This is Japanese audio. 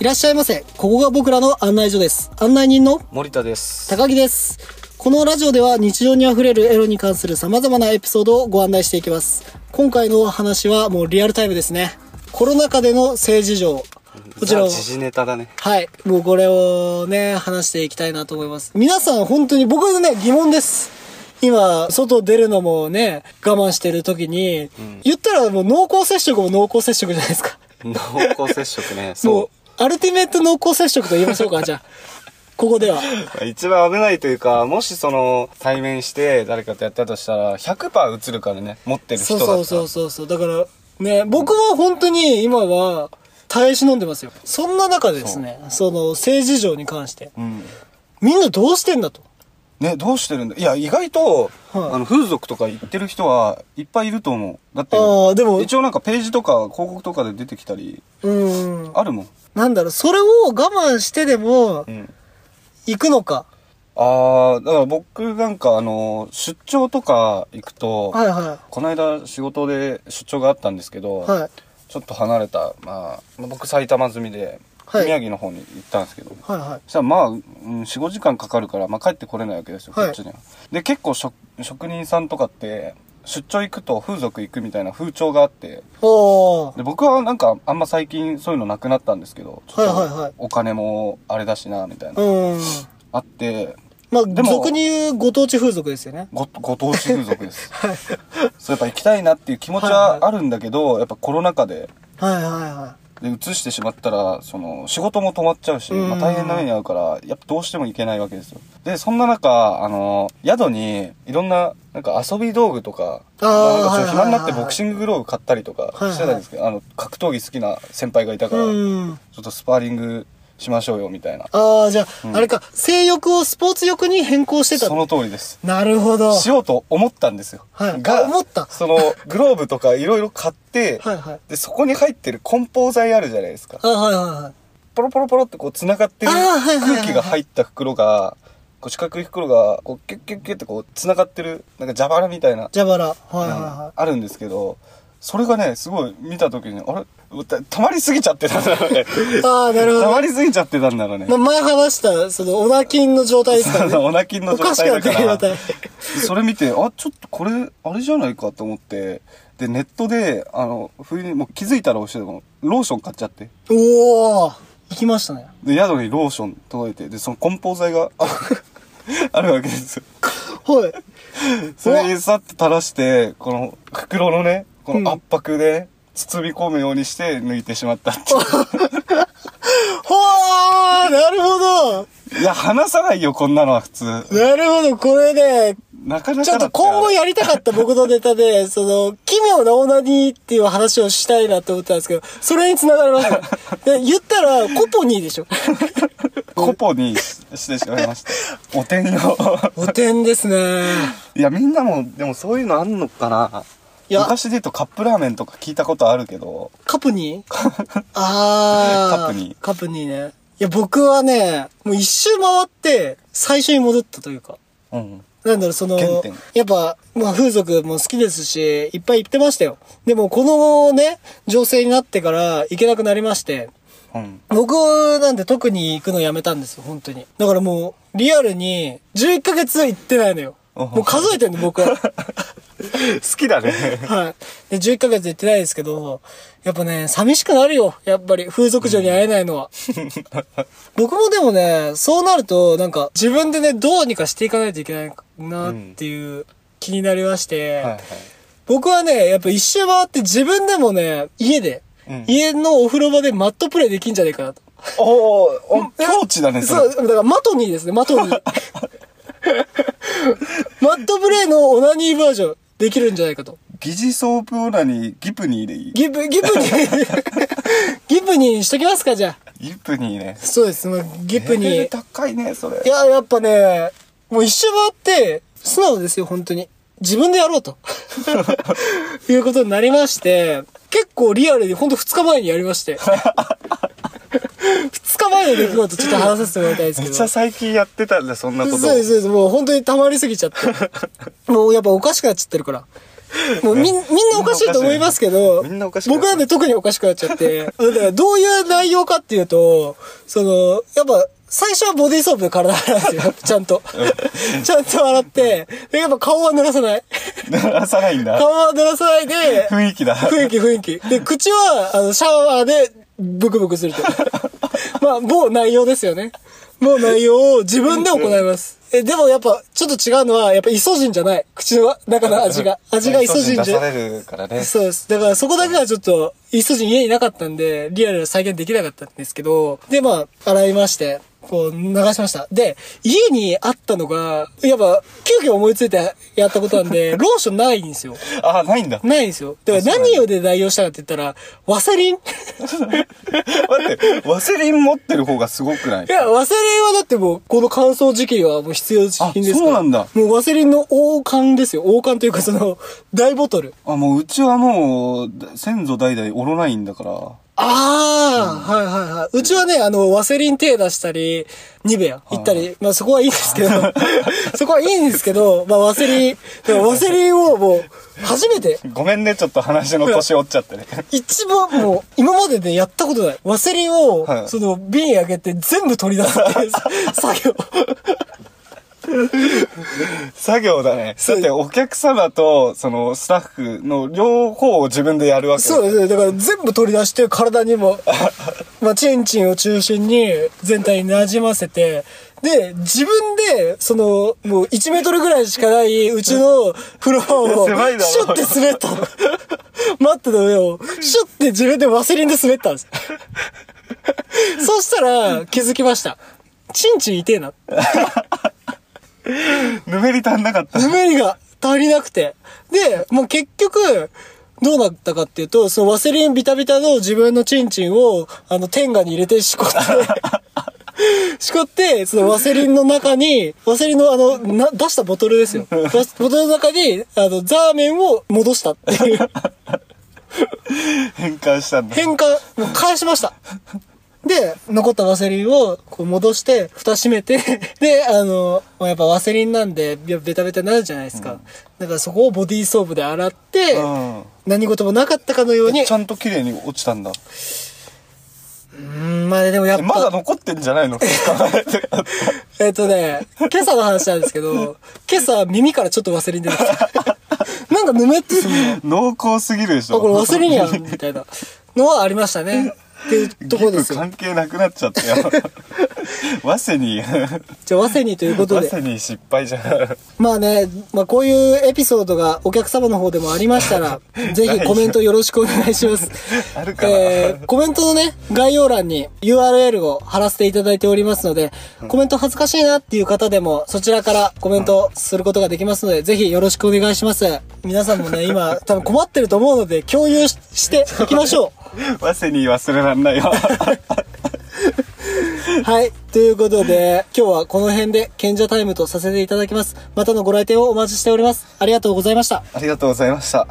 いらっしゃいませ。ここが僕らの案内所です。案内人の森田です。高木です。このラジオでは日常に溢れるエロに関する様々なエピソードをご案内していきます。今回のお話はもうリアルタイムですね。コロナ禍での政治情。こちらをザ時事ネタだね。はい。もうこれをね、話していきたいなと思います。皆さん本当に僕はね、疑問です。今、外出るのもね、我慢してる時に、言ったらもう濃厚接触も濃厚接触じゃないですか。濃厚接触ね。もうそ、アルティメット濃厚接触と言いましょうか、じ ゃあ。ここでは。う。一番危ないというか、もしその、対面して誰かとやったとしたら、100%映るからね、持ってるそ人うだったそら。うそうそうそう。だから、ね、僕は本当に今は、耐え忍んでますよ。そんな中でですね、その政治情に関して、うん。みんなどうしてんだと。ね、どうしてるんだいや、意外と、はいあの、風俗とか行ってる人はいっぱいいると思う。だって、ああ、でも、一応なんかページとか広告とかで出てきたり、うん。あるもん。なんだろう、それを我慢してでもう、ん。行くのか。ああ、だから僕なんかあの、出張とか行くと、はいはこの間仕事で出張があったんですけど、い。はい。ちょっと離れた、まあ、僕埼玉住みで、はい宮城の方に行ったんですけど、はいはい。そしたらまあ、うん、4、5時間かかるから、まあ帰ってこれないわけですよ、はいこっちには。で、結構職職人さんとかって、出張行くと風俗行くみたいな風潮があって、おー。で、僕はなんかあんま最近そういうのなくなったんですけど、ちょっはいはいはいとお金もあれだしな、みたいな、うん。あって、まあ、でも俗に言うご当地風俗ですよね。ご、ご当地風俗で す。はい。そう、やっぱ行きたいなっていう気持ちはいはあるんだけど、やっぱコロナ禍で、はいはいはで移してしまったらその仕事も止まっちゃうし、うんまあ、大変な目に遭うからやっぱどうしても行けないわけですよでそんな中あの宿にいろんななんか遊び道具とかあーまあなんかはいはちょっといはい暇になってボクシンググローブ買ったりとかはいはいしてたんですけど、あの格闘技好きな先輩がいたい。から、ちうん。ょっとスパーリングしましょうよみたいなああ、じゃあ、うんあれか、性欲をスポーツ欲に変更してたそ。の通りですなるほど。しようと思ったんですよ、はいあが思ったそのグローブとかいろいろ買って、はいはい。でそこに入ってる梱包材あるじゃないですかあはいはいはい。ポロポロポロってこう繋がってるあーはいはいはいはい空気が入った袋が、こう四角い袋が、こうキュッキュッキュッってこう繋がってる、なんか蛇腹みたいな、蛇腹。はいはいうんはあるんですけど、それがね、すごい見た時に、あれた溜まりすぎちゃってたんだろうね。い。ああ、なるほ溜どま。りすぎちゃってたんだろうねまあ、。前話した、その、オナキンの状態ですからそのね。 お腹筋のお状かし態くなだってるか状態ら。。それ見て、あ、ちょっとこれ、あれじゃないかと思って、で、ネットで、あの、冬に、もう気づいたら押してたの、ローション買っちゃって。おー。行きましたね。で、宿にローション届いて、で、その梱包材が、 ああるわけですよ。はい。それにさっと垂らして、この袋のね、こうんの圧迫で包み込むようにして抜いてしまったっていほーなるほどう。いや、話さないよ、こんなのは普通。なるほど、これね、なかなかだちょっと今後やりたかった僕のネタで、その、奇妙なオナニーっていう話をしたいなと思ったんですけど、それに繋がりました。で言ったら、コポニーでしょ。コポにししてしまいま した。お天よ。お天ですね。いや、みんなも、でもそういうのあんのかないや昔で言うとカップラーメンとか聞いたことあるけど、カプニ ーあー。カプニーカプニーね。いや、僕はね、もう一周回って、最初に戻ったというか。うん。なんだろう、その原点、やっぱ、まあ風俗も好きですし、いっぱい行ってましたよ。でも、このね、情勢になってから行けなくなりまして、うん。僕なんて特に行くのやめたんですよ、本当に。だからもう、リアルに、11ヶ月行ってないのよ。おもう数えてんの、僕 は。好きだね。はい。で、11ヶ月行ってないですけど、やっぱね、寂しくなるよ。やっぱり、風俗嬢に会えないのは。僕もでもね、そうなると、なんか、自分でね、どうにかしていかないといけないなっていう気になりまして、はいはい。僕はね、やっぱ一周回って自分でもね、家で、うん家のお風呂場でマットプレイできんじゃねえかなと。おーお、境地だね、そそう、だれ。から、マトニーですね、マトニ ー。マットプレイのオナニーバージョン、できるんじゃないかと。疑似ソープオナにギプニーでいいギブ、ギブに、 ギブにしときますか、じゃあ。ギプニーね。そうです、まあ、ギブに。レベルい高いね、それ。や、やっぱね、もう一周回って、素直ですよ、本当に。自分でやろう と。いうことになりまして、結構リアルに、ほんと2日前にやりまして。2日前の出来事ちょっと話させてもらいたいですめけっど。ちゃ最近やってたんだ、そんなこと。 そうです、そうです。もう本当に溜まりすぎちゃって。もうやっぱおかしくなっちゃってるから。もうみん、みんなおかしいと思いますけど、みんなおかしい僕なんで特におかしくなっちゃ って。だからどういう内容かっていうと、その、やっぱ、最初はボディーソープで体洗 うんですよ。ちゃんと。ちゃんと洗って、でやっぱ顔は濡らさない。出さないんだ。顔は濡らさないで、雰囲気だ。雰囲気雰囲気。で、口は、あの、シャワーで、ブクブクする と。まあ、某内容ですよね。某内容を自分で行います。え、でもやっぱ、ちょっと違うのは、やっぱ、イソジンじゃない。口の中 の味が。味がイソジン出じゃさ。れるからね。そうです。だからそこだけはちょっと、イソジン家になかったんで、リアルな再現できなかったんですけど、で、まあ、洗いまして、こう、流しました。で、家にあったのが、やっぱ、急遽思いついてやったことなん で、ローションないんですよ。あ、ないんだ。ないんですよ。だから何をで代用したかって言ったら、ワセリン い待って、ワセリン持ってる方がすごくないや、ワセリンはだってもう、この乾燥時期はもう必要品ですから。あそうなんだもうワセリンの王冠ですよ。王冠というかその、 大ボトル。あ、もううちはもう、先祖代々おろないんだから。ああ、はいはいはい。うちはね、あの、ワセリン手出したり、ニベア行ったり、まあそこはいいんですけ ど、そこはいいんですけど、まあワセリン、でもワセリンをもう、初めて、ごめんね、ちょっと話の腰折っちゃっ てね。一番もう、今まででやったことない。ワセリンをは、いその、瓶開けて全部取り出すっていう 作業。作業だね。そだうってお客様と、その、スタッフの両方を自分でやるわけそうう。ですね。だから全部取り出して、体に も、まあ、チンチンを中心に全体に馴染ませて、で、自分で、その、もう1メートルぐらいしかないうち のフロアを、シ狭いだろュッて滑ったの。マットの上を、シュッて自分でワセリンで滑ったん です。そうしたら、気づきました。チンチン痛えな。ぬめり足んなかった。ぬめりが足りなくて。 で、もう結局、どうなったかっていうと、そのワセリンビタビタの自分のチンチンを、あの、天下に入れてしこって、しこって、そのワセリンの中に、ワセリンのあの、な出したボトルですよ。ボトルの中に、あの、ザーメンを戻したっていう。変換したんだ。変換、もう返しました。で、残ったワセリンをこう戻して、蓋閉めて、 で、あの、まあやっぱワセリンなんで、べベタベタになるじゃないですか。だからそこをボディーソープで洗って、うん何事もなかったかのようにち、ゃんと綺麗に落ちたんだ。うん、まあでもやっえぱ、まだ残ってんじ ゃないの えっ、とね、今朝の話なんですけど、 今朝耳からちょっとワセリン出てきた。 なんかぬめってするの。濃厚すぎるでしあ、ょ。これワセリンやん、みたいなのはありましたね。っていうところですギブよ。関係なくなっちゃった よ。ワセニー。じゃあワセリンということワで。セニー失敗じゃん。まあね、まあこういうエピソードがお客様の方でもありました ら、ぜひコメントよろしくお願いします。あるかなーコメントのね、概要欄に URL を貼らせていただいておりますので、コメント恥ずかしいなっていう方でも、そちらからコメントすることができますので、ぜひよろしくお願いします。皆さんも ね、今、多分困ってると思うので、共有ししていきましょ ワセニー忘れらんないよ。う。はい。ということで、今日はこの辺で賢者タイムとさせていただきます。またのご来店をお待ちしております。ありがとうございました。ありがとうございました。